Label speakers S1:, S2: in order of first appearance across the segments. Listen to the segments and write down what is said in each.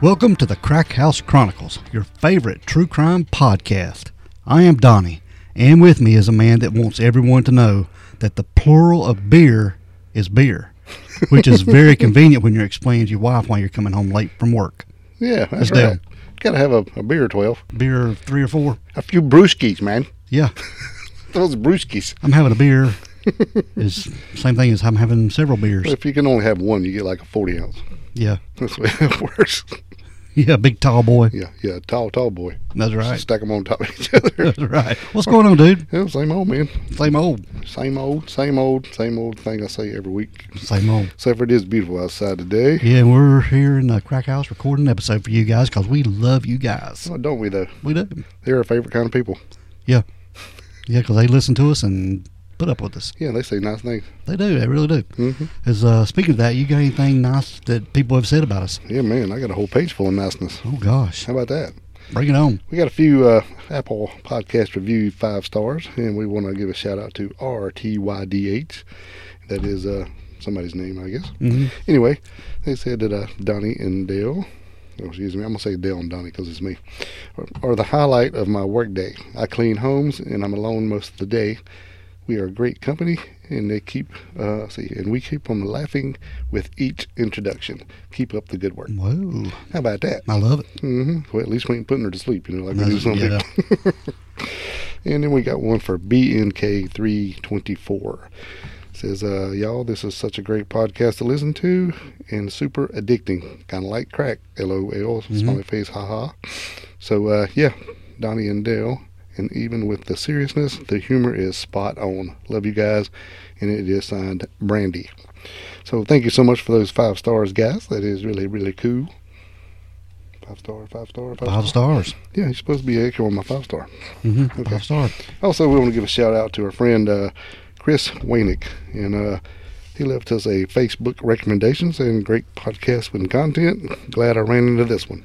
S1: Welcome to the Crack House Chronicles, your favorite true crime podcast. I am Donnie, and with me is a man that wants everyone to know that the plural of beer is beer, which is very convenient when you're explaining to your wife why you're coming home late from work.
S2: Yeah,
S1: It's
S2: that's
S1: down.
S2: right. Got to have a, a beer, 12.
S1: Beer, three or four.
S2: A few brewskis, man.
S1: Yeah,
S2: Those brewskis.
S1: I'm having a beer. is same thing as I'm having several beers.
S2: If you can only have one, you get like a 40 ounce.
S1: Yeah,
S2: That's the way that works.
S1: yeah, big tall boy.
S2: Yeah, yeah, tall, tall boy.
S1: That's right.
S2: Stack them on top of each other.
S1: That's right. What's going on, dude?
S2: yeah, same old, man.
S1: Same old,
S2: Same old, same old, same old thing I say every week.
S1: same old.
S2: Except for it is beautiful outside today.
S1: Yeah, and we're here in the crack house recording an episode for you guys because we love you guys.
S2: Oh, don't we, though?
S1: We do.
S2: They're our favorite kind of people.
S1: Yeah. Yeah, because they listen to us and put up with us.
S2: Yeah, they say nice things.
S1: They do. They really do.
S2: hmm
S1: As uh, speaking of that, you got anything nice that people have said about us?
S2: Yeah, man, I got a whole page full of niceness.
S1: Oh gosh,
S2: How about that?
S1: bring it on.
S2: We got a few uh, Apple podcast review five stars, and we want to give a shout out to RTYDH. That is uh, somebody's name, I guess.
S1: hmm
S2: Anyway, they said that uh, Donnie and Dale, oh, excuse me, I'm going to say Dale and Donnie because it's me, are, are the highlight of my workday. I clean homes, and I'm alone most of the day. We are a great company, and they keep uh, let's see, and we keep on laughing with each introduction. Keep up the good work.
S1: Whoa,
S2: How about that?
S1: I love it.
S2: hmm Well, at least we ain't putting her to sleep, you know, like we do
S1: That's-
S2: something.
S1: yeah.
S2: And then we got one for BNK324. Says, uh, y'all, this is such a great podcast to listen to and super addicting. Kind of like crack. LOL. Smiley face. Haha. So, uh, yeah, Donnie and Dale. And even with the seriousness, the humor is spot on. Love you guys. And it is signed Brandy. So, thank you so much for those five stars, guys. That is really, really cool. Five star, five star, five,
S1: Five
S2: star.
S1: stars.
S2: Yeah, you're supposed to be extra on my five star.
S1: hmm
S2: Okay.
S1: Five stars.
S2: Also, we want to give a shout out to our friend uh, Chris Wainick, and uh, he left us a Facebook recommendations and great podcast and content. Glad I ran into this one,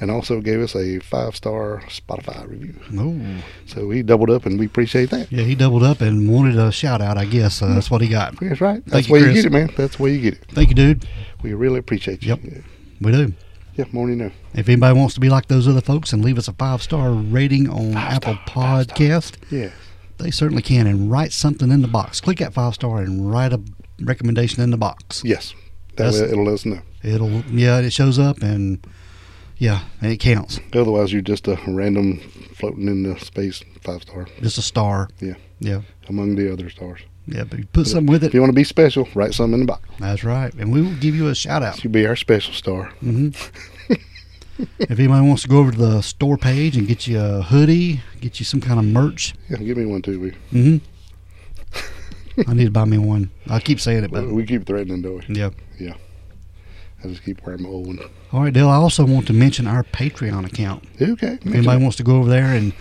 S2: and also gave us a five star Spotify review.
S1: Oh,
S2: So he doubled up, and we appreciate that.
S1: yeah. He doubled up and wanted a shout out. I guess uh, that's what he got.
S2: That's right. That's
S1: you,
S2: where you
S1: Chris.
S2: get it, man. That's where you get it.
S1: Thank you, dude.
S2: We really appreciate you.
S1: Yep. We do.
S2: Yeah, more than you know.
S1: If anybody wants to be like those other folks and leave us a five star rating on Apple Podcast,
S2: Yeah.
S1: they certainly can. And write something in the box. Click that five star and write a recommendation in the box.
S2: Yes. That
S1: That's-
S2: way it'll let us know.
S1: It'll yeah, it shows up and yeah, and it counts.
S2: Otherwise, you're just a random floating in the space five star
S1: Just a star.
S2: Yeah.
S1: Yeah.
S2: among the other stars.
S1: Yeah. But you put something with
S2: If you
S1: it.
S2: want to be special, write something in the box.
S1: That's right. And we will give you a shout out.
S2: You be our special star.
S1: hmm if anybody wants to go over to the store page and get you a hoodie, get you some kind of merch.
S2: Yeah, give me one too. We
S1: hmm I need to buy me one. I keep saying it, but
S2: we keep threatening, do we?
S1: yeah.
S2: I just keep wearing my old one.
S1: All right, Dale. I also want to mention our Patreon account.
S2: Okay.
S1: If anybody wants to go over there and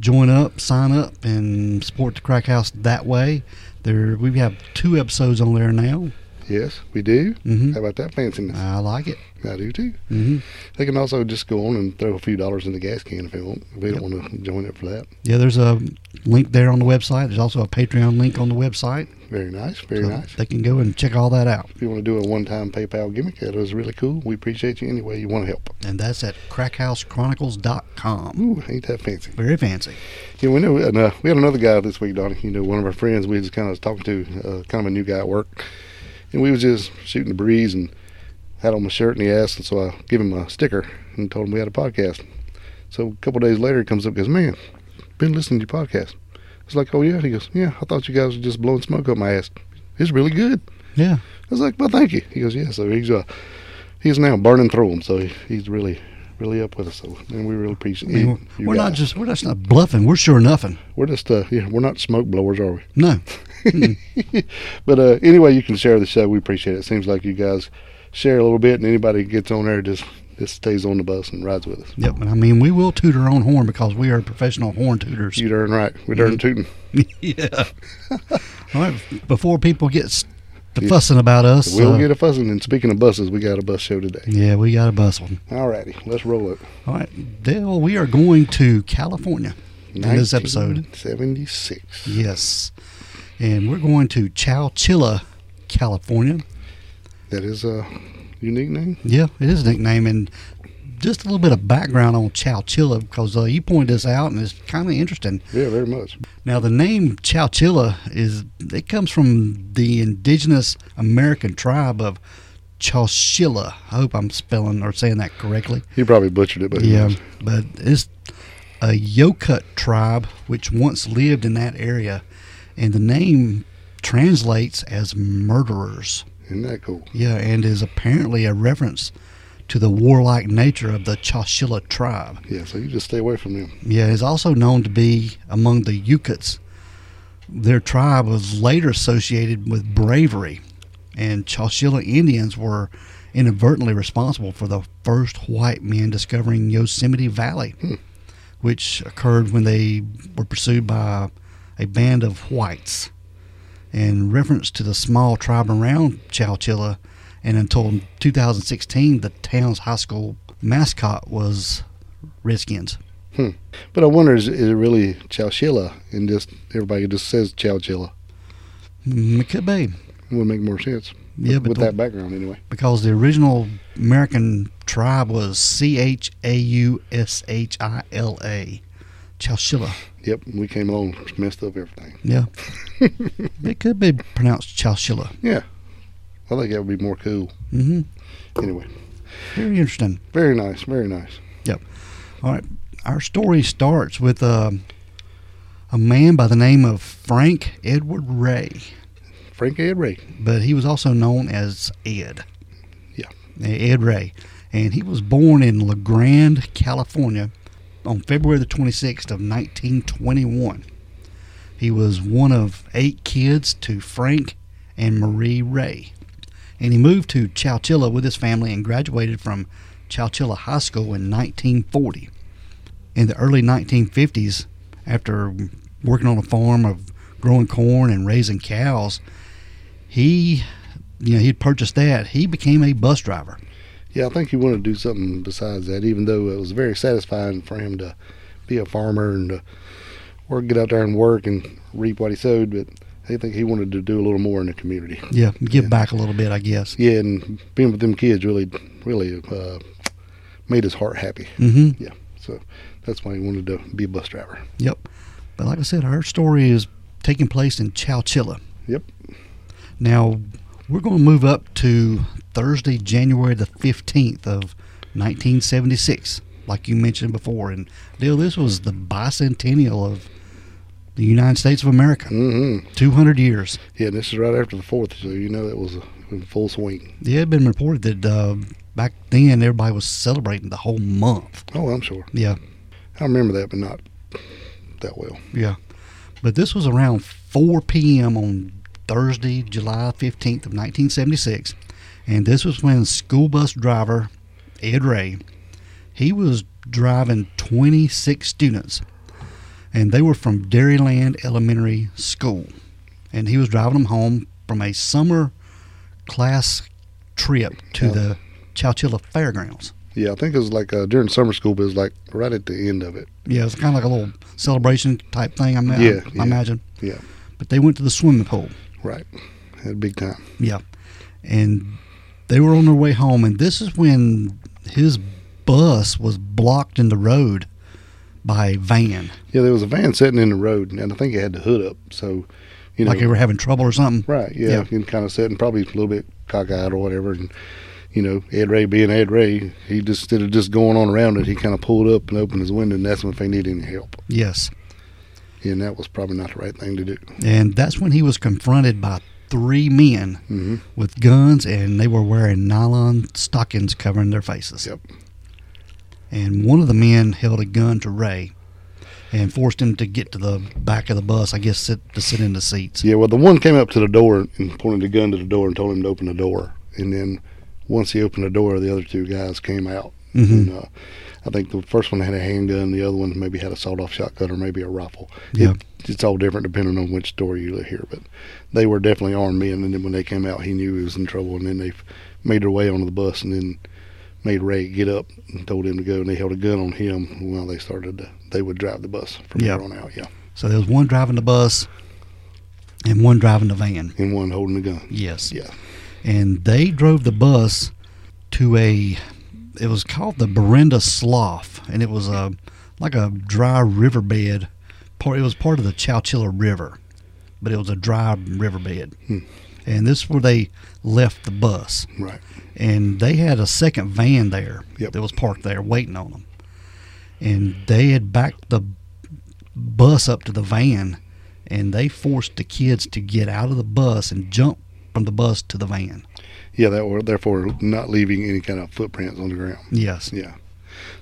S1: join up, sign up, and support the Crack House that way, there we have two episodes on there now.
S2: Yes, we do.
S1: hmm
S2: How about that fanciness?
S1: I like it.
S2: I do too.
S1: hmm
S2: They can also just go on and throw a few dollars in the gas can if they want. If they don't want to join up for that.
S1: Yeah, there's a link there on the website. There's also a Patreon link on the website.
S2: Very nice. Very
S1: So
S2: nice.
S1: They can go and check all that out.
S2: If you want to do a one-time PayPal gimmick, that is really cool. We appreciate you anyway. You want to help?
S1: And that's at crackhousechronicles.com.
S2: Ooh, ain't that fancy?
S1: Very fancy.
S2: Yeah, we know. And, uh, we had another guy this week, Donnie. You know, one of our friends. We just kind of was talking to, uh, kind of a new guy at work, and we was just shooting the breeze and had on my shirt and he asked, and so I gave him a sticker and told him we had a podcast. So a couple days later, he comes up and goes, "Man, been listening to your podcast." It's like, "Oh yeah," he goes, "Yeah, I thought you guys were just blowing smoke up my ass. It's really good."
S1: Yeah.
S2: I was like, "Well, thank you." He goes, "Yeah." So he's uh, he's now burning through them, so he, he's really. Really up with us, so and we really appreciate
S1: I mean,
S2: you.
S1: we're
S2: you
S1: we're not
S2: guys.
S1: just we're just not bluffing. We're sure nothing.
S2: we're just uh, yeah, we're not smoke blowers, are we?
S1: No. Mm-mm.
S2: But uh, anyway, you can share the show. We appreciate it. It seems like you guys share a little bit, and anybody who gets on there just just stays on the bus and rides with us.
S1: yep. And I mean, we will toot our own horn because we are professional horn tooters.
S2: You darn right.
S1: Mm-hmm.
S2: We darn tootin'.
S1: yeah. All right. Before people get s- to
S2: Yeah.
S1: fussing about us,
S2: We'll
S1: uh,
S2: get a fussing. And speaking of buses, we got a bus show today.
S1: yeah, we got to bust one.
S2: All righty, let's roll it.
S1: All right, Dale, we are going to California in this episode.
S2: seventy six.
S1: Yes, and we're going to Chowchilla, California.
S2: That is a unique name.
S1: Yeah, it is a nickname, and just a little bit of background on Chowchilla because uh, you pointed this out and it's kind of interesting.
S2: Yeah, very much.
S1: Now, the name Chowchilla is it comes from the indigenous American tribe of Chowchilla. I hope I'm spelling or saying that correctly.
S2: You probably butchered it, but
S1: yeah,
S2: yeah.
S1: but it's a Yokut tribe which once lived in that area, and the name translates as murderers.
S2: Isn't that cool?
S1: Yeah, and is apparently a reference to the warlike nature of the Chowchilla tribe.
S2: Yeah, so you just stay away from them.
S1: Yeah, it's also known to be among the Yukuts. Their tribe was later associated with bravery, and Chowchilla Indians were inadvertently responsible for the first white men discovering Yosemite Valley, which occurred when they were pursued by a band of whites. In reference to the small tribe around Chowchilla, and until 2016, the town's high school mascot was Redskins.
S2: But I wonder, is, is it really Chowchilla? And just everybody just says Chowchilla.
S1: Mm, It could be.
S2: It would make more sense.
S1: Yeah, but
S2: with
S1: the-
S2: that background, anyway.
S1: because the original American tribe was C H A U S H I L A, Chowchilla.
S2: Yep, we came along, messed up everything.
S1: Yeah, it could be pronounced Chowchilla.
S2: Yeah, I think that would be more cool.
S1: hmm
S2: Anyway,
S1: Very interesting.
S2: very nice, very nice.
S1: All right, our story starts with um a man by the name of Frank Edward Ray,
S2: Frank Ed Ray.
S1: but he was also known as Ed.
S2: Yeah.
S1: Ed Ray, and he was born in La Grande, California, on February the 26th of 1921. He was one of eight kids to Frank and Marie Ray. And he moved to Chowchilla with his family and graduated from Chowchilla High School in 1940. In the early 1950s, after working on a farm of growing corn and raising cows, he, you know, he'd purchased that. He became a bus driver.
S2: Yeah, I think he wanted to do something besides that, even though it was very satisfying for him to be a farmer and to work, get out there and work and reap what he sowed. But I think he wanted to do a little more in the community.
S1: Yeah, give back a little bit, I guess.
S2: Yeah, and being with them kids really, really uh, made his heart happy.
S1: hmm
S2: Yeah, so that's why he wanted to be a bus driver.
S1: Yep. But like I said, our story is taking place in Chowchilla.
S2: Yep.
S1: Now, we're going to move up to Thursday, January the 15th of 1976, like you mentioned before. And, Dale, this was the bicentennial of the United States of America,
S2: hmm
S1: 200 years.
S2: Yeah, and this is right after the fourth, so you know it was in full swing.
S1: It had been reported that uh, back then everybody was celebrating the whole month.
S2: Oh, I'm sure.
S1: Yeah,
S2: I remember that, but not that well.
S1: yeah. But this was around 4 p.m. on Thursday, July 15th of 1976, and this was when school bus driver Ed Ray, he was driving 26 students, and they were from Dairyland Elementary School, and he was driving them home from a summer class trip to
S2: Yeah.
S1: the Chowchilla Fairgrounds.
S2: Yeah, I think it was like uh, during summer school, but it was like right at the end of it.
S1: Yeah, it's kind of like a little celebration type thing. I, ma-
S2: Yeah,
S1: I,
S2: yeah.
S1: imagine.
S2: Yeah.
S1: But they went to the swimming pool.
S2: Right. Had a big time.
S1: Yeah, and they were on their way home, and this is when his bus was blocked in the road by a van,
S2: Yeah, there was a van sitting in the road, and I think it had the hood up. So, you know,
S1: like they were having trouble or something.
S2: right? Yeah,
S1: Yeah.
S2: and kind of sitting, probably a little bit cockeyed or whatever. And you know, Ed Ray being Ed Ray, he just instead of just going on around it, he kind of pulled up and opened his window, and that's when if they needed any help.
S1: Yes,
S2: And that was probably not the right thing to do.
S1: and that's when he was confronted by three men
S2: hmm
S1: with guns, and they were wearing nylon stockings covering their faces.
S2: Yep.
S1: And one of the men held a gun to Ray. And forced him to get to the back of the bus. I guess sit, to sit in the seats.
S2: Yeah, well, the one came up to the door and pointed the gun to the door and told him to open the door. And then once he opened the door, the other two guys came out.
S1: Mhm.
S2: And, uh, I think the first one had a handgun, the other one maybe had a sawed-off shotgun or maybe a rifle.
S1: Yeah.
S2: It, it's all different depending on which story you hear, but they were definitely armed men. And then when they came out, he knew he was in trouble. And then they made their way onto the bus and then made Ray get up and told him to go. And they held a gun on him while they started. To, they would drive the bus from
S1: Yeah.
S2: there on out. Yeah,
S1: So there was one driving the bus and one driving the van.
S2: and one holding the gun.
S1: Yes.
S2: Yeah.
S1: And they drove the bus to a it was called the Berenda Slough, and it was a like a dry riverbed. Part it was part of the Chowchilla River, but it was a dry riverbed. And this is where they left the bus,
S2: Right.
S1: and they had a second van there
S2: Yep.
S1: that was parked there waiting on them. And they had backed the bus up to the van, and they forced the kids to get out of the bus and jump from the bus to the van.
S2: Yeah, that were therefore not leaving any kind of footprints on the ground.
S1: Yes.
S2: Yeah.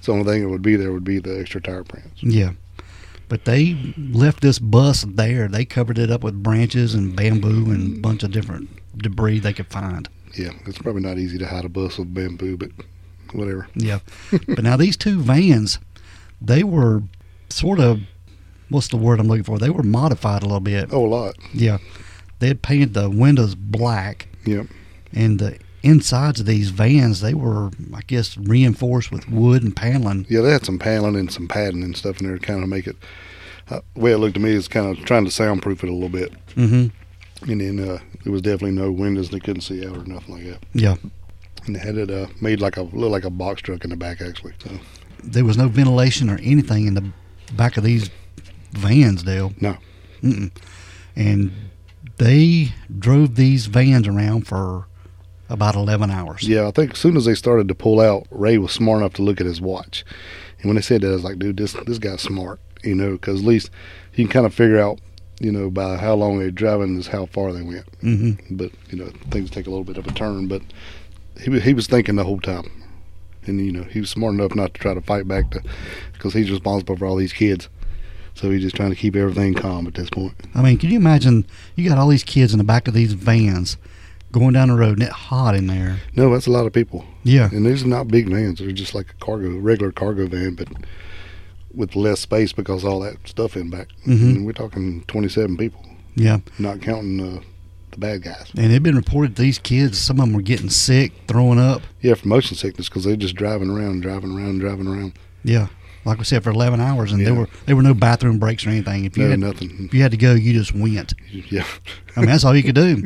S2: So the only thing that would be there would be the extra tire prints.
S1: Yeah. But they left this bus there. They covered it up with branches and bamboo and a bunch of different debris they could find.
S2: Yeah, it's probably not easy to hide a bus with bamboo, but whatever.
S1: Yeah. but now these two vans, they were sort of what's the word I'm looking for? They were modified a little bit.
S2: Oh, a lot.
S1: Yeah. They had painted the windows black
S2: Yep.
S1: and the insides of these vans they were I guess reinforced with wood and paneling.
S2: Yeah, they had some paneling and some padding and stuff in there to kind of make it. Uh, the way it looked to me is kind of trying to soundproof it a little bit.
S1: Mm-hmm.
S2: And then uh, there was definitely no windows they couldn't see out or nothing like that.
S1: Yeah.
S2: And they had it uh, made like a look like a box truck in the back actually. So
S1: There was no ventilation or anything in the back of these vans, Dale.
S2: no,
S1: Mm-mm. And they drove these vans around for about 11 hours.
S2: yeah, I think as soon as they started to pull out, Ray was smart enough to look at his watch. And when they said that, I was like, dude, this this guy's smart, you know, because at least he can kind of figure out, you know, by how long they're driving is how far they went.
S1: hmm
S2: but you know things take a little bit of a turn. But he was, he was thinking the whole time, and you know he was smart enough not to try to fight back to because he's responsible for all these kids. So he's just trying to keep everything calm at this point.
S1: I mean, can you imagine? You got all these kids in the back of these vans going down the road and it's hot in there.
S2: No, that's a lot of people,
S1: Yeah.
S2: and these are not big vans. They're just like a cargo, regular cargo van, but with less space because all that stuff in back.
S1: Mhm.
S2: And we're talking 27 people,
S1: Yeah.
S2: not counting uh, the bad guys.
S1: And it'd been reported these kids, some of them were getting sick, throwing up.
S2: Yeah, for motion sickness because they're just driving around, driving around, driving around.
S1: Yeah. Like we said, for 11 hours. And there
S2: Yeah.
S1: were there were no bathroom breaks or anything. If you,
S2: No,
S1: had,
S2: nothing.
S1: if you had to go, you just went.
S2: Yeah,
S1: I mean, that's all you could do.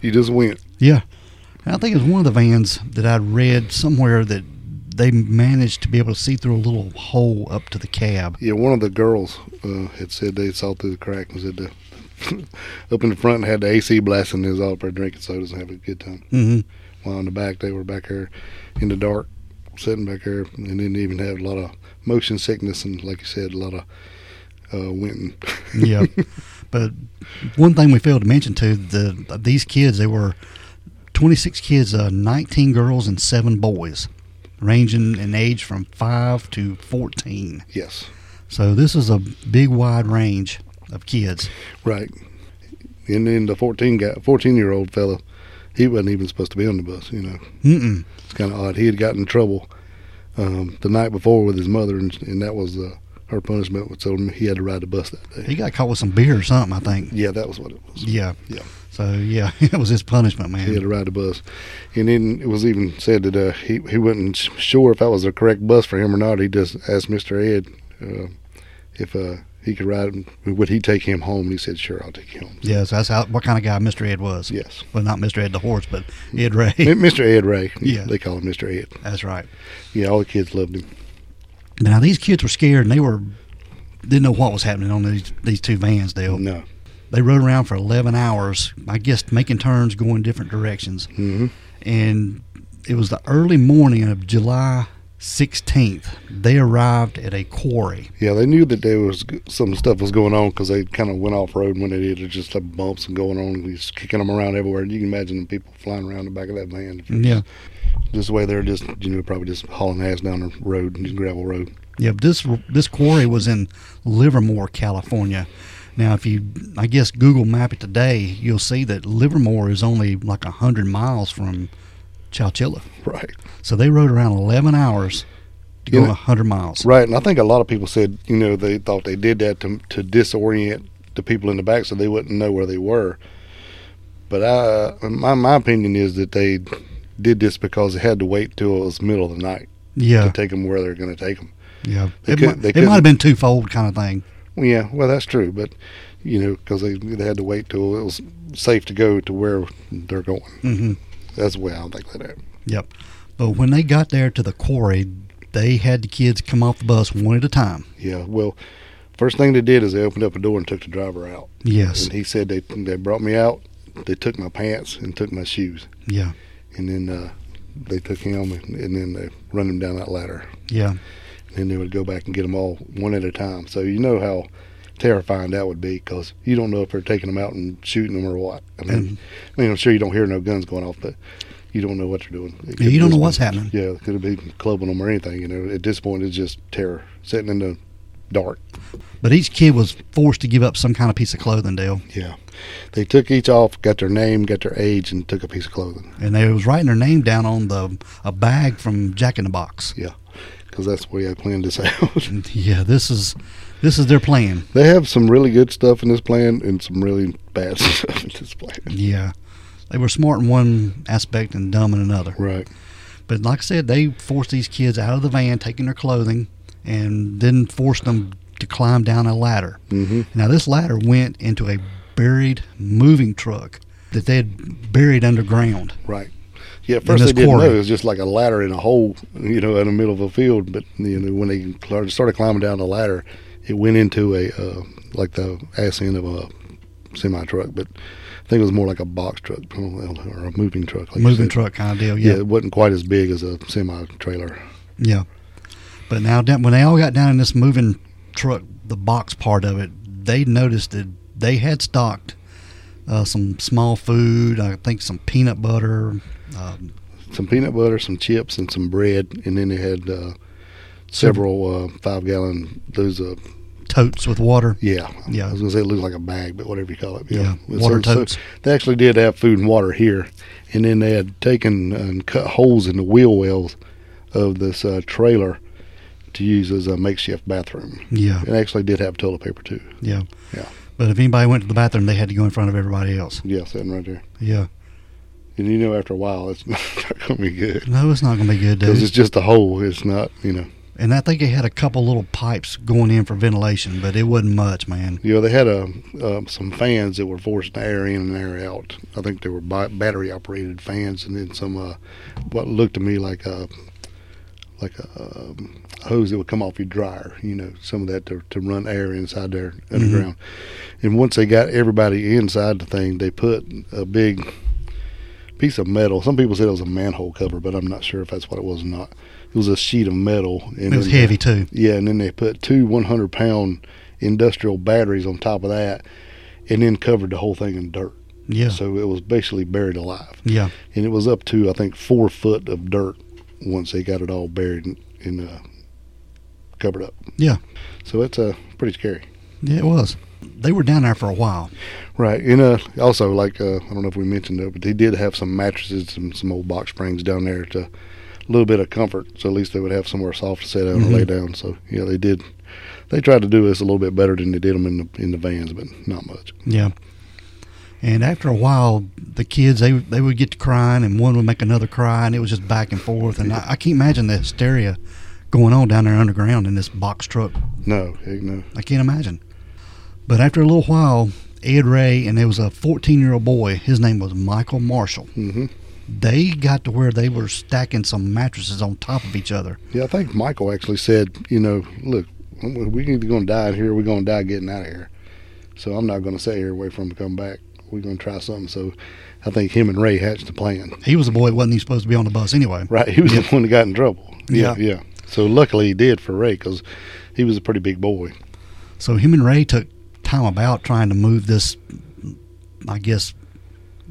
S2: you just went.
S1: Yeah. And I think it was one of the vans that I read somewhere that they managed to be able to see through a little hole up to the cab.
S2: Yeah, one of the girls uh, had said they saw through the crack and said the, up in the front and had the AC blasting. They was all up there drinking sodas and having a good time.
S1: hmm
S2: While in the back, they were back there in the dark, sitting back there, and didn't even have a lot of motion sickness and, like you said, a lot of uh, winting.
S1: Yeah. but one thing we failed to mention too, the these kids, they were 26 kids, uh, 19 girls and seven boys, ranging in age from 5 to 14.
S2: yes,
S1: So this is a big wide range of kids.
S2: right. And then the 14 guy, 14 year old fella, he wasn't even supposed to be on the bus. You know,
S1: Mm-mm.
S2: it's kind of odd. He had gotten in trouble um, the night before with his mother, and, and that was uh, her punishment. was So he had to ride the bus that day.
S1: He got caught with some beer or something, I think.
S2: Yeah, that was what it was.
S1: Yeah.
S2: Yeah.
S1: So yeah, that was his punishment, man.
S2: He had to ride the bus, and then it was even said that uh, he he wasn't s- sure if that was the correct bus for him or not. He just asked Mister Ed uh, if uh, he could ride. him- Would he take him home? And he said, "Sure, I'll take you home."
S1: Yes, that's how what kind of guy Mr. Ed was.
S2: Yes,
S1: Well, not Mr. Ed the horse, but Ed Ray.
S2: M- Mister Ed Ray.
S1: Yeah.
S2: they call him Mister Ed.
S1: that's right.
S2: Yeah, all the kids loved him.
S1: Now these kids were scared and they were didn't know what was happening on these these two vans. Dale.
S2: No,
S1: They rode around for eleven hours, I guess, making turns, going different directions,
S2: hmm
S1: and it was the early morning of July. 16th, they arrived at a quarry.
S2: yeah, they knew that there was g- some stuff was going on because they kind of went off road when they did. There's just like bumps and going on, and he's kicking them around everywhere. You can imagine the people flying around the back of that van. if you're
S1: Yeah.
S2: This way, they're just you know probably just hauling ass down the road, just gravel road.
S1: Yeah, but this this quarry was in Livermore, California. Now, if you, I guess, Google Map it today, you'll see that Livermore is only like hundred miles from Chowchilla.
S2: Right,
S1: So they rode around eleven hours to go
S2: Yeah.
S1: hundred miles.
S2: right. And I think a lot of people said you know they thought they did that to to disorient the people in the back so they wouldn't know where they were. But I my my opinion is that they did this because they had to wait till it was middle of the night to
S1: Yeah,
S2: take them where they're going to take them.
S1: yeah.
S2: They
S1: It,
S2: could-
S1: might,
S2: they
S1: it might have
S2: couldn't-
S1: been twofold kind of thing.
S2: Well, yeah, well that's true, but you know because they they had to wait till it was safe to go to where they're going.
S1: hmm
S2: That's the way I think that. happened.
S1: Yep. But when they got there to the quarry, they had the kids come off the bus one at a time.
S2: Yeah. Well, first thing they did is they opened up a door and took the driver out.
S1: Yes.
S2: And he said they they brought me out. They took my pants and took my shoes,
S1: Yeah.
S2: and then uh, they took him and, and then they run him down that ladder.
S1: Yeah.
S2: And then they would go back and get them all one at a time. So you know how terrifying that would be because you don't know if they're taking them out and shooting them or what. I mean,
S1: And
S2: I mean, I'm sure you don't hear no guns going off, but you don't know what they're doing. It
S1: you
S2: could
S1: don't know
S2: just
S1: what's
S2: be-
S1: happening.
S2: Yeah, it could have been clubbing them or anything. You know, at this point, it's just terror, sitting in the dark.
S1: But each kid was forced to give up some kind of piece of clothing, Dale.
S2: Yeah, they took each off, got their name, got their age, and took a piece of clothing
S1: And they was writing their name down on the a bag from Jack in the Box.
S2: because that's the way I planned this out.
S1: And yeah, this is this is their plan.
S2: they have some really good stuff in this plan and some really bad stuff in this plan.
S1: Yeah. They were smart in one aspect and dumb in another.
S2: Right.
S1: But like I said, they forced these kids out of the van, taking their clothing, and then forced them to climb down a ladder.
S2: Mm-hmm.
S1: Now, this ladder went into a buried moving truck that they had buried underground.
S2: Right. Yeah, at first
S1: this
S2: they didn't
S1: quarry.
S2: know. It was just like a ladder in a hole, you know, in the middle of a field. But, you know, when they cl- started climbing down the ladder, it went into a, uh, like the ass end of a semi truck. But I think it was more like a box truck or a moving truck. Like you
S1: moving
S2: said.
S1: truck kind of deal,
S2: Yeah.
S1: yeah.
S2: it wasn't quite as big as a semi trailer.
S1: Yeah. But now, down, when they all got down in this moving truck, the box part of it, they noticed that they had stocked uh, some small food, I think some peanut butter. Um,
S2: Some peanut butter, some chips, and some bread. And then they had uh, several uh, five gallon, those, uh,
S1: totes with water.
S2: yeah.
S1: Yeah.
S2: I was going to say it looked like a bag, but whatever you call it.
S1: Yeah,
S2: It's
S1: water
S2: so- so-
S1: totes.
S2: They actually did have food and water here, and then they had taken and cut holes in the wheel wells of this uh, trailer to use as a makeshift bathroom.
S1: Yeah,
S2: It actually did have toilet paper too.
S1: yeah,
S2: Yeah.
S1: But if anybody went to the bathroom, they had to go in front of everybody else.
S2: Yeah, sitting right there.
S1: Yeah,
S2: And you know, after a while, it's not going to be good
S1: no, it's not gonna be good,
S2: because
S1: dude.
S2: it's just a hole. It's not, you know.
S1: And I think they had a couple little pipes going in for ventilation, but it wasn't much, man.
S2: You know, they had a, uh, some fans that were forcing air in and air out. I think they were bi- battery operated fans, and then some uh, what looked to me like a like a, um, hose that would come off your dryer. You know, some of that to, to run air inside there underground.
S1: Mm-hmm.
S2: And once they got everybody inside the thing, they put a big piece of metal. Some people said it was a manhole cover, but I'm not sure if that's what it was or not. It was a sheet of metal. And
S1: It was
S2: then-
S1: heavy too.
S2: yeah, and then they put two 100 pound industrial batteries on top of that and then covered the whole thing in dirt.
S1: Yeah,
S2: So it was basically buried alive.
S1: yeah,
S2: And it was up to, I think, four foot of dirt once they got it all buried and, and uh, covered up.
S1: Yeah.
S2: So it's uh, pretty scary.
S1: yeah. It was. They were down there for a while.
S2: Right. And uh, also, like, uh, I don't know if we mentioned it, but they did have some mattresses and some old box springs down there to a little bit of comfort. So at least they would have somewhere soft to sit down
S1: Mhm.
S2: or lay down. So, yeah, they did. They tried to do this a little bit better than they did them in the, in the vans, but not much.
S1: Yeah. And after a while, the kids they they would get to crying, and one would make another cry, and it was just back and forth. And I, I can't imagine the hysteria going on down there underground in this box truck.
S2: No, heck no.
S1: I can't imagine. But after a little while, Ed Ray and there was a 14 year old boy. His name was Michael Marshall.
S2: hmm
S1: They got to where they were stacking some mattresses on top of each other.
S2: Yeah, I think Michael actually said, you know, look, we're either going to die in here, we're going to die getting out of here. So I'm not going to sit here and wait for him to come back. We're going to try something. So I think him and Ray hatched a plan.
S1: He was a boy that wasn't even supposed to be on the bus anyway.
S2: Right. He was the one that got in trouble.
S1: Yeah.
S2: Yeah. Yeah. So luckily he did for Ray because he was a pretty big boy.
S1: So him and Ray took time about trying to move this, I guess,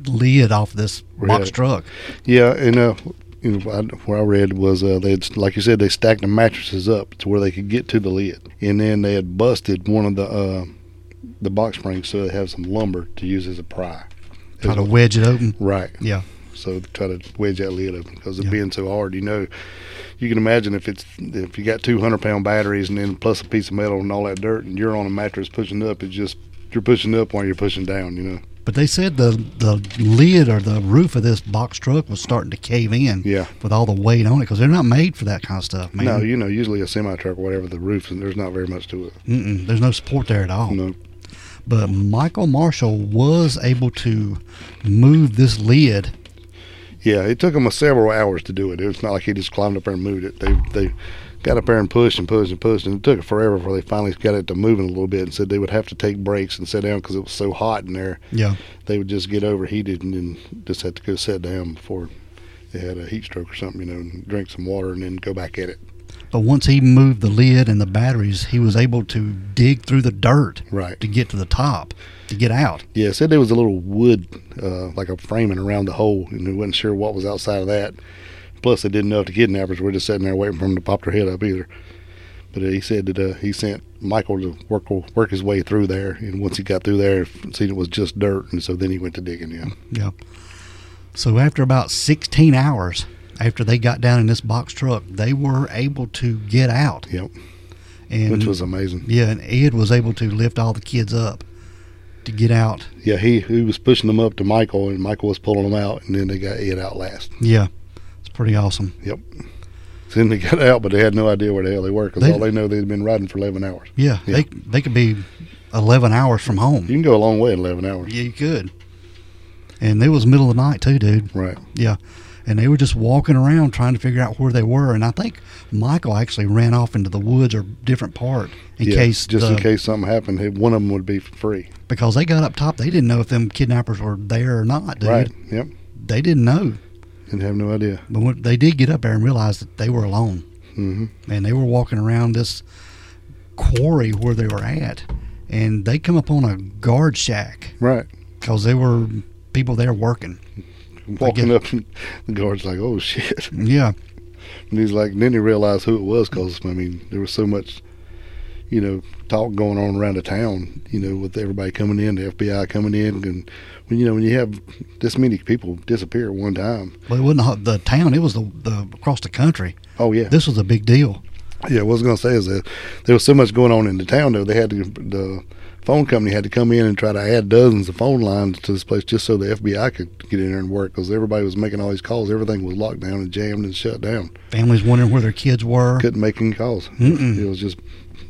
S1: lid off this box
S2: Really?
S1: truck.
S2: Yeah. And, uh, you know, I, where I read was uh, they had, like you said, they stacked the mattresses up to where they could get to the lid. And then they had busted one of the, uh, the box springs so they have some lumber to use as a pry.
S1: Try
S2: As
S1: to
S2: a-
S1: wedge it open.
S2: Right.
S1: Yeah.
S2: So try to wedge that lid open because it
S1: Yeah.
S2: being so hard, you know, you can imagine if it's if you got two hundred pound batteries and then plus a piece of metal and all that dirt, and you're on a mattress pushing up, it's just you're pushing up while you're pushing down, you know.
S1: But they said the the lid or the roof of this box truck was starting to cave in
S2: Yeah.
S1: with all the weight on it because they're not made for that kind of stuff, man.
S2: No, you know, usually a semi truck or whatever the roof, and there's not very much to it.
S1: Mm-mm, there's no support there at all.
S2: No,
S1: But Michael Marshall was able to move this lid
S2: Yeah, it took them several hours to do it. It's not like he just climbed up there and moved it. They they got up there and pushed and pushed and pushed, and it took forever before they finally got it to moving a little bit. And said they would have to take breaks and sit down because it was so hot in there.
S1: Yeah.
S2: They would just get overheated and then just had to go sit down before they had a heat stroke or something, you know, and drink some water and then go back at it.
S1: But once he moved the lid and the batteries, he was able to dig through the dirt
S2: Right.
S1: to get to the top, to get out.
S2: Yeah, it said there was a little wood, uh, like a framing around the hole, and they wasn't sure what was outside of that. Plus, they didn't know if the kidnappers were just sitting there waiting for them to pop their head up either. But uh, he said that uh, he sent Michael to work work his way through there, and once he got through there, seen it was just dirt, and so then he went to digging. Yeah,
S1: Yeah. So after about 16 hours, after they got down in this box truck, they were able to get out.
S2: yep,
S1: And
S2: which was amazing.
S1: yeah, and Ed was able to lift all the kids up to get out.
S2: Yeah, he he was pushing them up to Michael, and Michael was pulling them out, and then they got Ed out last.
S1: Yeah. It's pretty awesome.
S2: So then they got out, but they had no idea where the hell they were because
S1: They-
S2: all they know they'd been riding for eleven hours.
S1: Yeah,
S2: Yeah.
S1: They they could be 11 hours from home.
S2: You can go a long way in eleven hours,
S1: Yeah, you could. And it was middle of the night too, dude.
S2: right?
S1: Yeah. And they were just walking around trying to figure out where they were. And I think Michael actually ran off into the woods or different part in
S2: Yeah,
S1: case
S2: just in
S1: the-
S2: case something happened, it- one of them would be for free,
S1: because they got up top, they didn't know if them kidnappers were there or not, dude.
S2: right? Yep,
S1: They didn't know.
S2: didn't have no idea.
S1: But when they did get up there and realized that they were alone.
S2: hmm
S1: And they were walking around this quarry where they were at. And they come upon a guard shack
S2: Right,
S1: because they were people there working.
S2: walking up, and the guard's like, "Oh shit!"
S1: Yeah.
S2: And he's like, then he realized who it was because I mean, there was so much, you know, talk going on around the town, you know, with everybody coming in, the FBI coming in, and when you know when you have this many people disappear at one time,
S1: But it wasn't the town, it was the, the across the country.
S2: oh yeah,
S1: This was a big deal.
S2: Yeah, what I was going to say is that there was so much going on in the town, though, they had to, the phone company had to come in and try to add dozens of phone lines to this place just so the FBI could get in there and work because everybody was making all these calls. Everything was locked down and jammed and shut down.
S1: Families wondering where their kids were.
S2: Couldn't make any calls.
S1: Mm-mm.
S2: It was just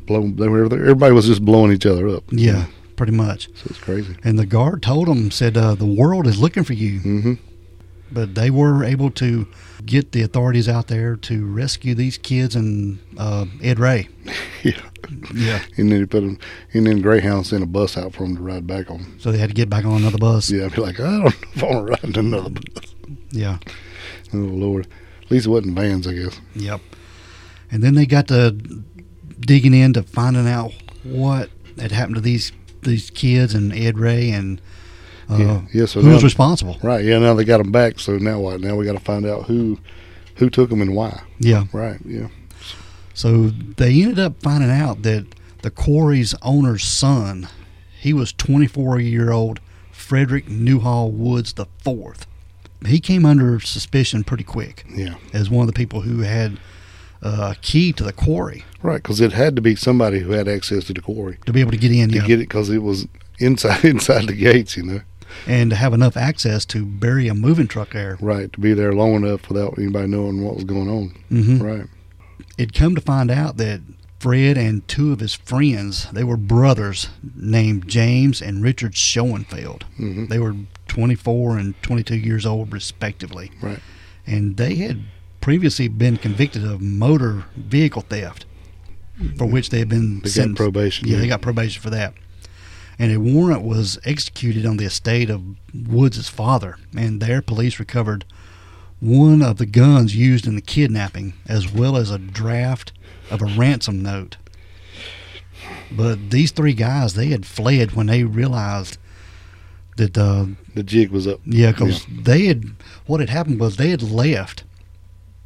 S2: blowing, they were- everybody was just blowing each other up.
S1: Yeah, pretty much.
S2: So it's crazy.
S1: And the guard told them, said, uh, the world is looking for you.
S2: hmm
S1: But they were able to get the authorities out there to rescue these kids and uh, Ed Ray.
S2: Yeah.
S1: Yeah.
S2: And then he put them, and then Greyhound sent a bus out for them to ride back on.
S1: So they had to get back on another bus.
S2: Yeah, I'd be like, I don't know if I want to ride another bus.
S1: Yeah.
S2: Oh, Lord. At least it wasn't vans, I guess.
S1: Yep. And then they got to digging into finding out what had happened to these these kids and Ed Ray and uh,
S2: Yeah. Yeah, so
S1: who was
S2: now-
S1: responsible.
S2: Right. Yeah. Now they got them back. So now what? Now we got to find out who who took them and why.
S1: Yeah.
S2: Right. Yeah.
S1: So they ended up finding out that the quarry's owner's son, he was 24 year old Frederick Newhall Woods the fourth. He came under suspicion pretty quick
S2: Yeah.
S1: as one of the people who had uh, a key to the quarry
S2: Right. Because it had to be somebody who had access to the quarry
S1: to be able to get in
S2: to
S1: yeah,
S2: get it because it was inside inside the gates. You know.
S1: and to have enough access to bury a moving truck there.
S2: Right. To be there long enough without anybody knowing what was going on.
S1: hmm
S2: Right.
S1: It come to find out that Fred and two of his friends, they were brothers named James and Richard Schoenfeld.
S2: hmm
S1: They were 24 and 22 years old, respectively.
S2: Right.
S1: And they had previously been convicted of motor vehicle theft, for which they had been
S2: They got
S1: sentenced.
S2: probation.
S1: yeah, they got probation for that. And a warrant was executed on the estate of Woods' father, and there police recovered one of the guns used in the kidnapping, as well as a draft of a ransom note. But these three guys, they had fled when they realized that uh,
S2: The jig was up.
S1: yeah, because they had what had happened was they had left,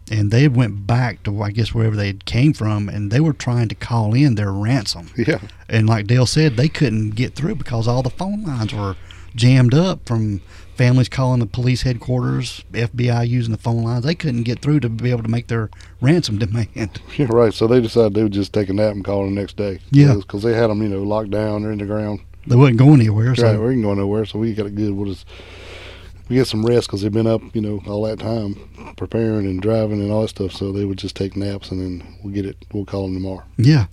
S1: and they went back to I guess wherever they had came from, and they were trying to call in their ransom.
S2: Yeah.
S1: And like Dale said, they couldn't get through because all the phone lines were jammed up from families calling the police headquarters, FBI using the phone lines. They couldn't get through to be able to make their ransom demand.
S2: Yeah. Right. So they decided they would just take a nap and call the next day.
S1: Yeah.
S2: Because they had them, you know, locked down. They're in the ground.
S1: They wasn't going anywhere. So
S2: Right, we ain't going nowhere, so we got it good. We'll just we get some rest because they've been up, you know, all that time preparing and driving and all that stuff. So they would just take naps, and then we'll get it. We'll call them tomorrow.
S1: yeah,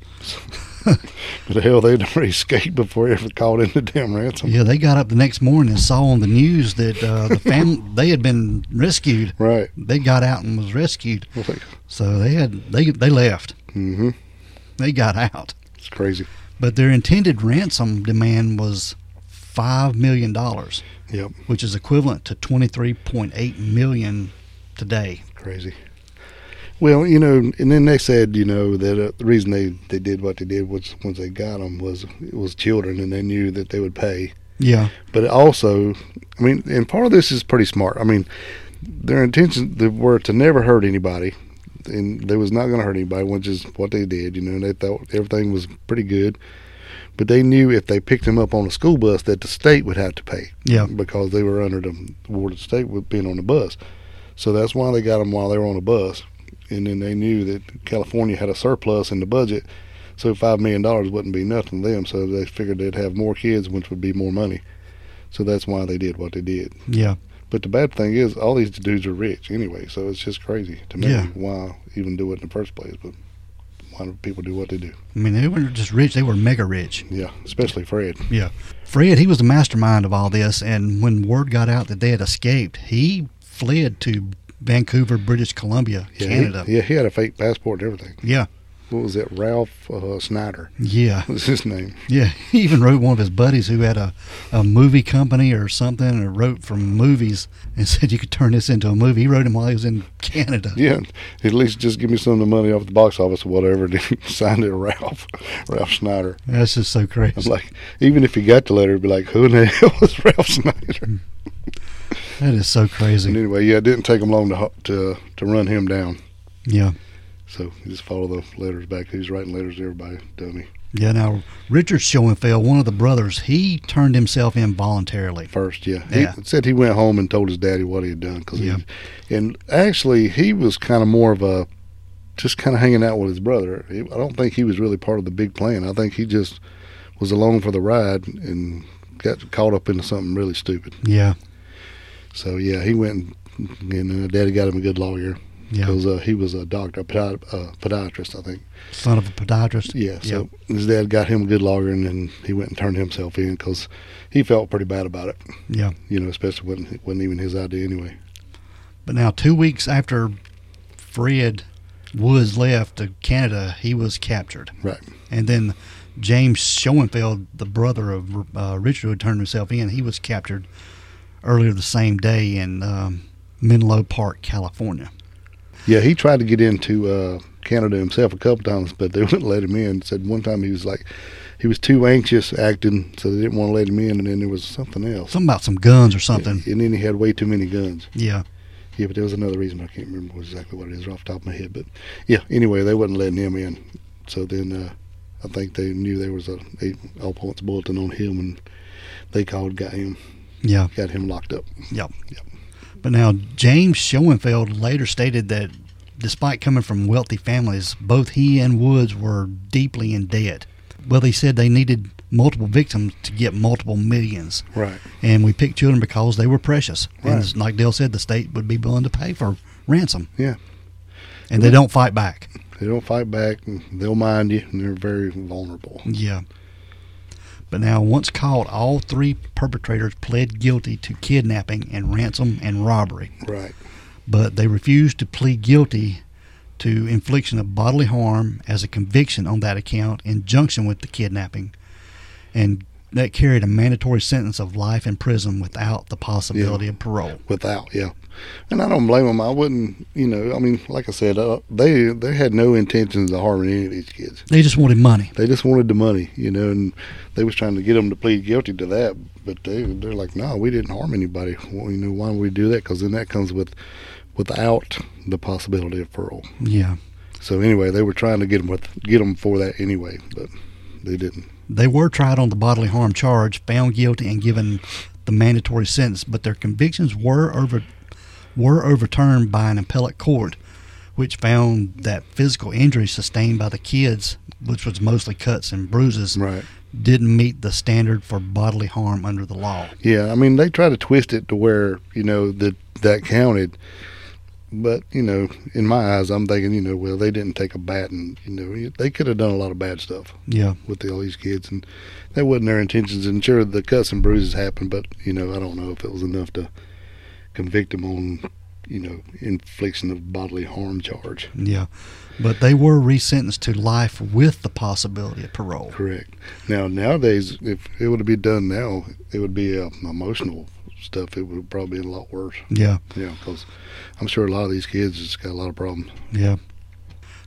S2: But hell, they'd already escaped before they ever called in the damn ransom.
S1: Yeah, they got up the next morning and saw on the news that uh, the fam they had been rescued.
S2: Right.
S1: They got out and was rescued.
S2: Well, thanks.
S1: So they had they they left.
S2: Mm-hmm.
S1: They got out.
S2: It's crazy.
S1: But their intended ransom demand was five million dollars,
S2: Yep.
S1: which is equivalent to twenty three point eight million today.
S2: Crazy. Well, you know, and then they said, you know, that uh, the reason they, they did what they did was once they got them was it was children, and they knew that they would pay.
S1: Yeah.
S2: But it also, I mean, and part of this is pretty smart. I mean, their intentions they were to never hurt anybody, and they was not going to hurt anybody, which is what they did. You know, they thought everything was pretty good, but they knew if they picked them up on a school bus that the state would have to pay
S1: Yeah.
S2: because they were under the ward of state with being on the bus. So that's why they got them while they were on the bus. And then they knew that California had a surplus in the budget, so five million dollars wouldn't be nothing to them. So they figured they'd have more kids, which would be more money. So that's why they did what they did.
S1: Yeah.
S2: But the bad thing is, all these dudes are rich anyway, so it's just crazy to me
S1: Yeah.
S2: why even do it in the first place. But why do people do what they do?
S1: I mean, they were just rich. They were mega rich.
S2: Yeah, especially Fred.
S1: Fred, he was the mastermind of all this. And when word got out that they had escaped, he fled to Vancouver, British Columbia,
S2: Yeah, he-
S1: Canada.
S2: yeah, he had a fake passport and everything.
S1: Yeah.
S2: What was that? Ralph uh, Snyder
S1: Yeah.
S2: was his name.
S1: Yeah, he even wrote one of his buddies who had a, a movie company or something, or wrote from movies and said you could turn this into a movie. He wrote him while he was in Canada.
S2: Yeah, at least just give me some of the money off the box office or whatever. And he signed it Ralph, Ralph Snyder.
S1: That's just so
S2: I'm
S1: crazy.
S2: like, even if he got the letter, it'd be like, who in the hell was Ralph Snyder?
S1: That is so
S2: And
S1: crazy.
S2: anyway, yeah, it didn't take him long to ho- to to run him down.
S1: Yeah,
S2: So you just follow the letters back. Who's writing letters to everybody? Dummy.
S1: yeah. Now Richard Schoenfeld, one of the brothers, he turned himself in voluntarily.
S2: First, yeah.
S1: Yeah.
S2: He said he went home and told his daddy what he had done. Cause
S1: Yeah.
S2: he, and actually, he was kind of more of a just kind of hanging out with his brother. He, I don't think he was really part of the big plan. I think he just was along for the ride and got caught up into something really stupid.
S1: Yeah,
S2: So, yeah, he went and, and uh, daddy got him a good lawyer
S1: yeah.
S2: because uh, he was a doctor, a podi- uh, podiatrist, I think.
S1: Son of a podiatrist.
S2: Yeah, so his dad got him a good lawyer, and then he went and turned himself in because he felt pretty bad about it.
S1: Yeah.
S2: You know, especially when it wasn't even his idea anyway.
S1: But now, two weeks after Fred Woods left to Canada, he was captured.
S2: Right.
S1: And then James Schoenfeld, the brother of uh, Richard, who had turned himself in, he was captured earlier the same day in um, Menlo Park, California.
S2: Yeah, he tried to get into uh, Canada himself a couple times, but they wouldn't let him in. Said one time he was like, he was too anxious acting, so they didn't want to let him in. And then there was something else.
S1: Something about some guns or something.
S2: And then he had way too many guns.
S1: Yeah.
S2: Yeah, but there was another reason I can't remember exactly what it is off the top of my head. But yeah, anyway, they wasn't letting him in. So then uh, I think they knew there was a eight all points bulletin on him, and they called, got him,
S1: Yeah.
S2: got him locked up.
S1: But now, James Schoenfeld later stated that despite coming from wealthy families, both he and Woods were deeply in debt. Well, he said they needed multiple victims to get multiple millions.
S2: Right.
S1: And we picked children because they were precious. And
S2: Right.
S1: as- like Dale said, the state would be willing to pay for ransom.
S2: Yeah.
S1: And they don't fight back.
S2: They don't fight back. and They'll mind you, and they're very vulnerable.
S1: Yeah. But now, once caught, all three perpetrators pled guilty to kidnapping and ransom and robbery.
S2: Right.
S1: But they refused to plead guilty to infliction of bodily harm as a conviction on that account in junction with the kidnapping. And that carried a mandatory sentence of life in prison without the possibility of parole.
S2: Without, yeah. And I don't blame them. I wouldn't, you know. I mean, like I said, uh, they they had no intentions of harming any of these kids.
S1: They just wanted money.
S2: they just wanted the money, you know, and they was trying to get them to plead guilty to that, but they they're like, no, we didn't harm anybody. Well, you know, why would we do that? Because then that comes with without the possibility of parole.
S1: Yeah.
S2: So anyway, they were trying to get them with get them for that anyway, but they didn't.
S1: They were tried on the bodily harm charge, found guilty, and given the mandatory sentence, but their convictions were over were overturned by an appellate court, which found that physical injury sustained by the kids, which was mostly cuts and bruises,
S2: Right.
S1: didn't meet the standard for bodily harm under the law.
S2: Yeah, I mean, they try to twist it to where you know that that counted. But you know, in my eyes, I'm thinking, you know, well, they didn't take a bat, and you know, they could have done a lot of bad stuff
S1: Yeah.
S2: with all these kids, and that wasn't their intentions. And sure, the cuts and bruises happened, but you know, I don't know if it was enough to convict them on, you know, infliction of bodily harm charge.
S1: Yeah. But they were resentenced to life with the possibility of parole.
S2: Correct. Now, nowadays, if it would have been done now, it would be uh, emotional stuff. It would probably been a lot worse.
S1: Yeah.
S2: Yeah, because I'm sure a lot of these kids just got a lot of problems.
S1: Yeah.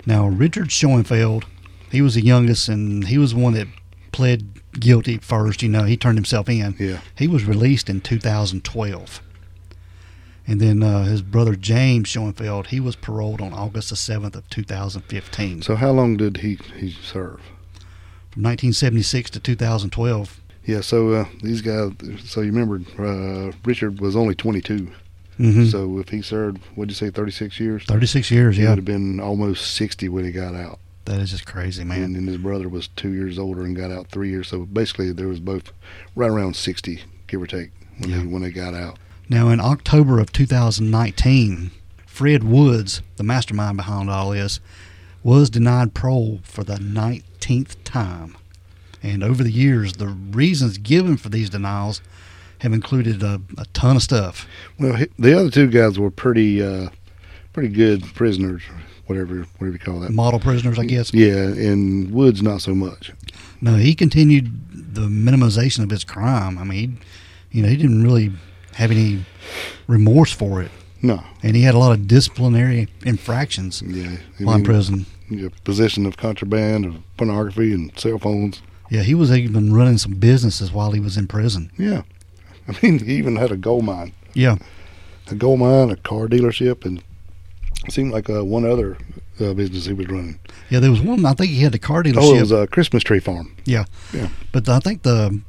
S1: Now, Richard Schoenfeld, he was the youngest and he was the one that pled guilty first. You know, he turned himself in.
S2: Yeah.
S1: He was released in 2012. And then uh, his brother James Schoenfeld, he was paroled on August the 7th of 2015.
S2: So how long did he he serve?
S1: From 1976 to 2012.
S2: Yeah. So uh, these guys. So you remember uh, Richard was only 22.
S1: Mhm.
S2: So if he served, what'd you say, 36 years?
S1: 36 years,
S2: He
S1: yeah.
S2: would have been almost 60 when he got out.
S1: That is just crazy, man.
S2: And then his brother was two years older and got out three years. So basically, there was both right around 60, give or take, when
S1: Yeah.
S2: they when they got out.
S1: Now, in October of 2019, Fred Woods, the mastermind behind all this, was denied parole for the 19th time. And over the years, the reasons given for these denials have included a, a ton of stuff.
S2: Well, he, the other two guys were pretty, uh, pretty good prisoners, whatever, whatever you call that.
S1: Model prisoners, I guess.
S2: Yeah, and Woods not so much.
S1: No, he continued the minimization of his crime. I mean, he, you know, he didn't really have any remorse for it.
S2: No.
S1: And he had a lot of disciplinary infractions
S2: Yeah. I
S1: while in
S2: mean,
S1: prison.
S2: yeah, possession of contraband, of pornography, and cell phones.
S1: Yeah, he was even running some businesses while he was in prison.
S2: Yeah. I mean, he even had a gold mine.
S1: Yeah,
S2: a gold mine, a car dealership, and it seemed like uh, one other uh, business he was running.
S1: yeah. There was one. I think he had the car dealership,
S2: Oh, it was a Christmas tree farm.
S1: but I think the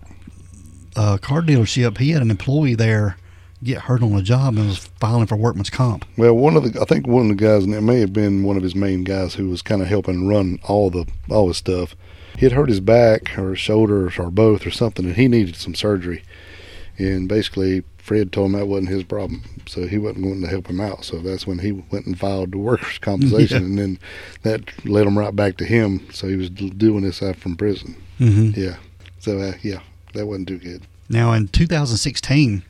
S1: uh, car dealership he had an employee there get hurt on a job and was filing for workman's comp.
S2: Well, one of the I think one of the guys, and it may have been one of his main guys who was kind of helping run all the all his stuff. He had hurt his back or his shoulder or both or something, and he needed some surgery. And basically, Fred told him that wasn't his problem, so he wasn't going to help him out. So that's when he went and filed the workers' compensation, and then that led him right back to him. So he was doing this out from prison.
S1: Mm-hmm.
S2: Yeah. So uh, yeah, that wasn't too good.
S1: Now, in 2016,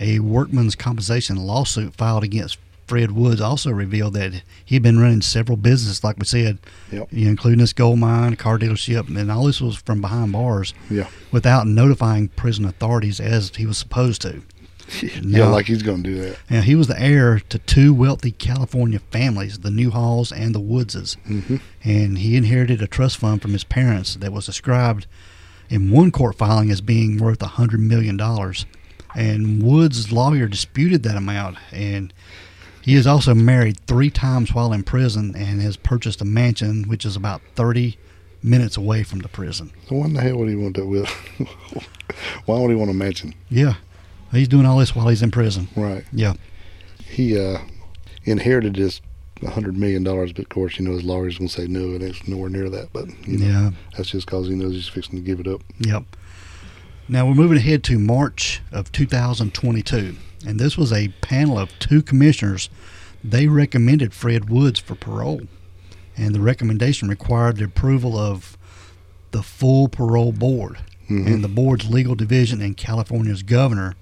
S1: a workman's compensation lawsuit filed against Fred Woods also revealed that he had been running several businesses, like we said,
S2: Yep.
S1: you know, including this gold mine, car dealership, and all this was from behind bars
S2: Yeah.
S1: without notifying prison authorities as he was supposed to.
S2: Yeah,
S1: Now-
S2: like he's gonna do that.
S1: Now, he was the heir to two wealthy California families, the Newhalls and the Woodses,
S2: Mm-hmm.
S1: and he inherited a trust fund from his parents that was described in one court filing as being worth $100 million. And Woods' lawyer disputed that amount, and he is also married three times while in prison and has purchased a mansion, which is about 30 minutes away from the prison.
S2: So what in the hell would he want that with? Why would he want a mansion?
S1: Yeah, he's doing all this while he's in prison.
S2: Right.
S1: Yeah.
S2: He uh, inherited this hundred million dollars, but of course, you know his lawyer's gonna say no, and it's nowhere near that. But you know,
S1: Yeah.
S2: that's just cause he knows he's fixing to give it up.
S1: Yep. Now we're moving ahead to March of 2022, and this was a panel of two commissioners. They recommended Fred Woods for parole, and the recommendation required the approval of the full parole board
S2: Mm-hmm.
S1: and the board's legal division and California's governor.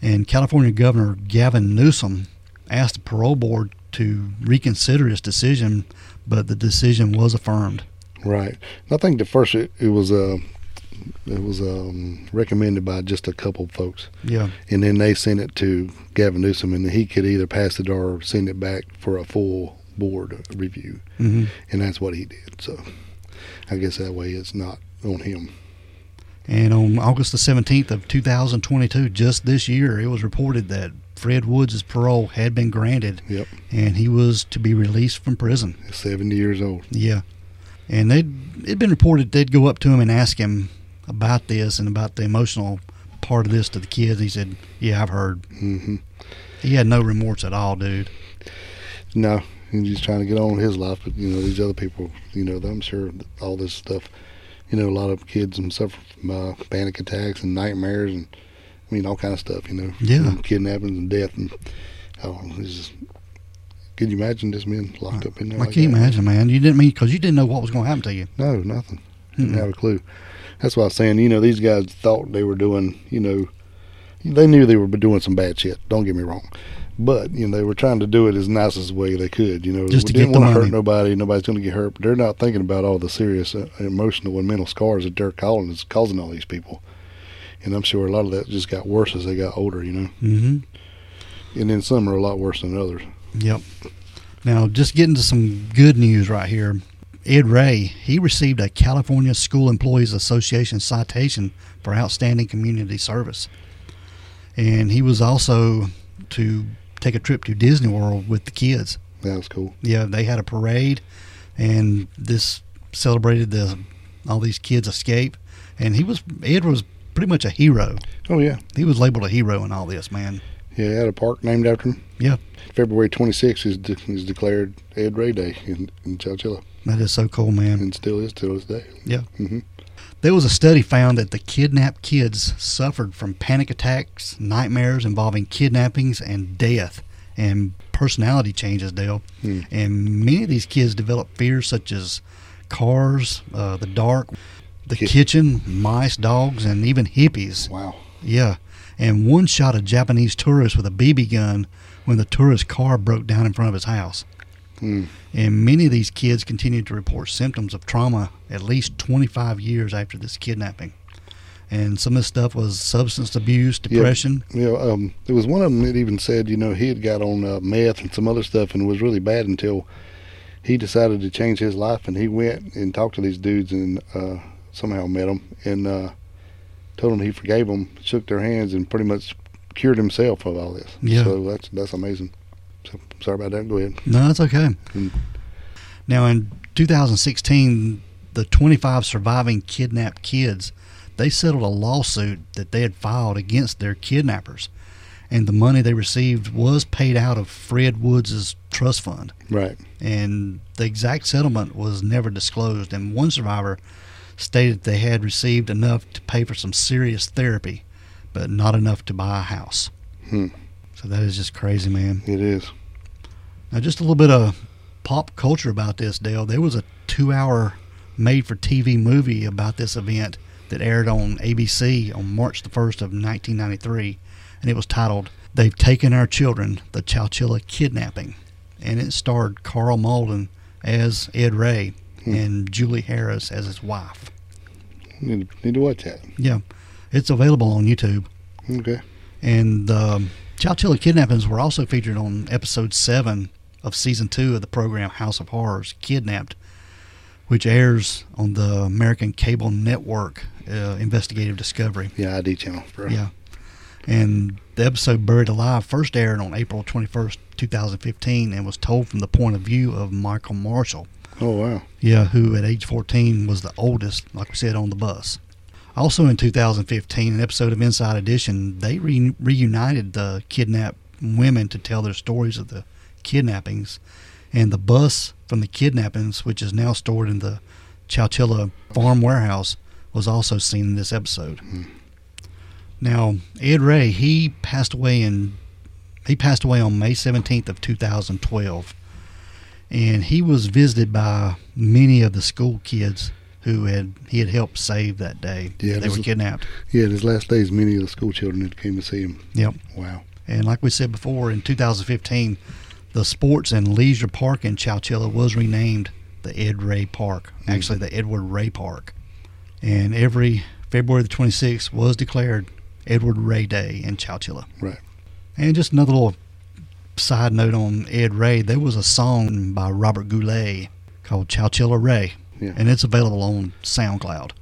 S1: And California Governor Gavin Newsom asked the parole board to reconsider his decision, but the decision was affirmed.
S2: Right. And I think the first it, it was uh, it was um, recommended by just a couple folks,
S1: Yeah.
S2: and then they sent it to Gavin Newsom, and he could either pass it or send it back for a full board review.
S1: Mm-hmm.
S2: and that's what he did. So I guess that way it's not on him.
S1: And on August the 17th of 2022, just this year, it was reported that Fred Woods' parole had been granted
S2: Yep,
S1: and he was to be released from prison.
S2: he's seventy years old.
S1: Yeah. And they'd it'd been reported they'd go up to him and ask him about this and about the emotional part of this to the kids. He said, "Yeah, I've heard."
S2: hmm
S1: He had no remorse at all, dude.
S2: No, he's just trying to get on with his life. But you know these other people, you know, I'm sure that all this stuff. You know, a lot of kids and suffer from uh, panic attacks and nightmares, and I mean all kind of stuff. You know,
S1: Yeah.
S2: And kidnappings and death, and oh, it's just Can you imagine just being locked up in there?
S1: I
S2: like
S1: can't
S2: that?
S1: imagine, man. You didn't mean because you didn't know what was going to happen to you.
S2: No, nothing. Didn't
S1: Mm-mm.
S2: have a clue. That's why I was saying, you know, these guys thought they were doing, you know, they knew they were doing some bad shit. Don't get me wrong. But, you know, they were trying to do it as nice as way they could. You know,
S1: Just to
S2: we
S1: get
S2: didn't
S1: the
S2: want to
S1: money.
S2: hurt nobody. Nobody's going to get hurt. But they're not thinking about all the serious uh, emotional and mental scars that Dirk Collins is causing all these people. And I'm sure a lot of that just got worse as they got older, you know.
S1: Mm-hmm.
S2: And then some are a lot worse than others.
S1: Yep. Now, just getting to some good news right here. Ed Ray, he received a California School Employees Association citation for outstanding community service. And he was also to take a trip to Disney World with the kids.
S2: That was cool.
S1: Yeah, they had a parade and this celebrated the all these kids escape and he was Ed was pretty much a hero.
S2: Oh, yeah.
S1: He was labeled a hero in all this, man.
S2: Yeah, had a park named after him.
S1: Yeah.
S2: February 26th is, de- is declared Ed Ray Day in, in Chowchilla.
S1: That is so cool, man.
S2: and still is to this day.
S1: Yeah.
S2: Mhm.
S1: There was a study found that the kidnapped kids suffered from panic attacks, nightmares involving kidnappings and death, and personality changes, Dale.
S2: Hmm.
S1: And many of these kids develop fears such as cars, uh, the dark, the
S2: Ki-
S1: kitchen, mice, dogs, and even hippies.
S2: Wow.
S1: Yeah. And one shot a Japanese tourist with a BB gun when the tourist's car broke down in front of his house.
S2: Hmm.
S1: And many of these kids continued to report symptoms of trauma at least 25 years after this kidnapping. And some of this stuff was substance abuse, depression.
S2: You know, um, there was one of them that even said, you know, he had got on uh, meth and some other stuff and was really bad until he decided to change his life and he went and talked to these dudes and uh, somehow met them and uh, told them he forgave them, shook their hands, and pretty much cured himself of all this.
S1: Yeah.
S2: So that's that's amazing. So, sorry about that. Go ahead.
S1: No, that's okay.
S2: Mm.
S1: Now, in 2016, the 25 surviving kidnapped kids, they settled a lawsuit that they had filed against their kidnappers. And the money they received was paid out of Fred Woods' trust fund.
S2: Right.
S1: and the exact settlement was never disclosed. And one survivor stated they had received enough to pay for some serious therapy, but not enough to buy a house.
S2: Hmm.
S1: So that is just crazy, man.
S2: It is.
S1: Now, just a little bit of pop culture about this, Dale. There was a two hour made for TV movie about this event that aired on ABC on March the 1st of 1993, and it was titled They've Taken Our Children The Chowchilla Kidnapping. And it starred Carl Malden as Ed Ray
S2: Hmm.
S1: and Julie Harris as his wife.
S2: Need to, need to watch that.
S1: Yeah, it's available on YouTube.
S2: Okay.
S1: And the Chowchilla kidnappings were also featured on episode seven of season two of the program House of Horrors Kidnapped, which airs on the American Cable Network uh, Investigative Discovery.
S2: Yeah, ID channel. Bro.
S1: Yeah. And the episode Buried Alive first aired on April 21st, 2015, and was told from the point of view of Michael Marshall.
S2: Oh wow.
S1: Yeah, who at age 14 was the oldest, like we said, on the bus. Also in 2015, an episode of Inside Edition, they re- reunited the kidnapped women to tell their stories of the kidnappings. And the bus from the kidnappings, which is now stored in the Chowchilla Farm Warehouse, was also seen in this episode. Now, Ed Ray, he passed away in he passed away on May 17th of 2012 and he was visited by many of the school kids who had he had helped save that day.
S2: Yeah,
S1: they
S2: this
S1: were
S2: is-
S1: kidnapped.
S2: Yeah, in his last days, many of the school children had came to see him.
S1: Yep.
S2: Wow.
S1: And like we said before, in 2015, the Sports and Leisure Park in Chowchilla was renamed the Ed Ray Park,
S2: Mm-hmm.
S1: actually the Edward Ray Park. And every February the 26th was declared Edward Ray Day in Chowchilla.
S2: Right.
S1: And just another little side note on Ed Ray, there was a song by Robert Goulet called Chowchilla Ray.
S2: Yeah.
S1: And it's available on SoundCloud.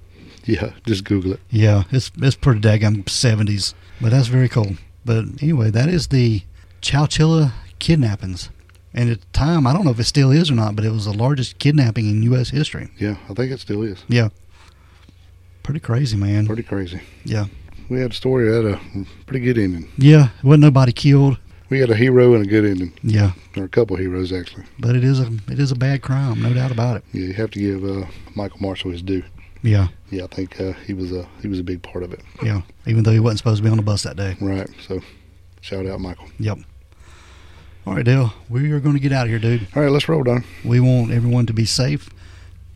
S2: Yeah, just Google it.
S1: Yeah, it's it's pretty daggum seventies. But that's very cool. But anyway, that is the Chowchilla kidnappings. And at the time, I don't know if it still is or not, but it was the largest kidnapping in U.S. history.
S2: Yeah, I think it still is.
S1: Yeah, pretty crazy, man.
S2: Pretty crazy.
S1: Yeah,
S2: We had a story that had a pretty good ending.
S1: yeah. Wasn't nobody killed.
S2: We had a hero and a good ending,
S1: Yeah,
S2: or a couple heroes actually.
S1: but it is a it is a bad crime, no doubt about it.
S2: Yeah, you have to give uh, Michael Marshall his due.
S1: Yeah,
S2: Yeah, I think uh, he was a he was a big part of it.
S1: yeah. Even though he wasn't supposed to be on the bus that day.
S2: Right. So, shout out Michael.
S1: Yep. All right, Dale, we are going to get out of here, dude.
S2: All right, let's roll, Don.
S1: We want everyone to be safe,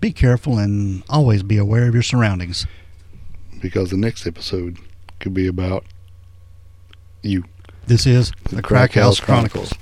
S1: be careful, and always be aware of your surroundings.
S2: Because the next episode could be about you.
S1: This is the, Crack House Chronicles.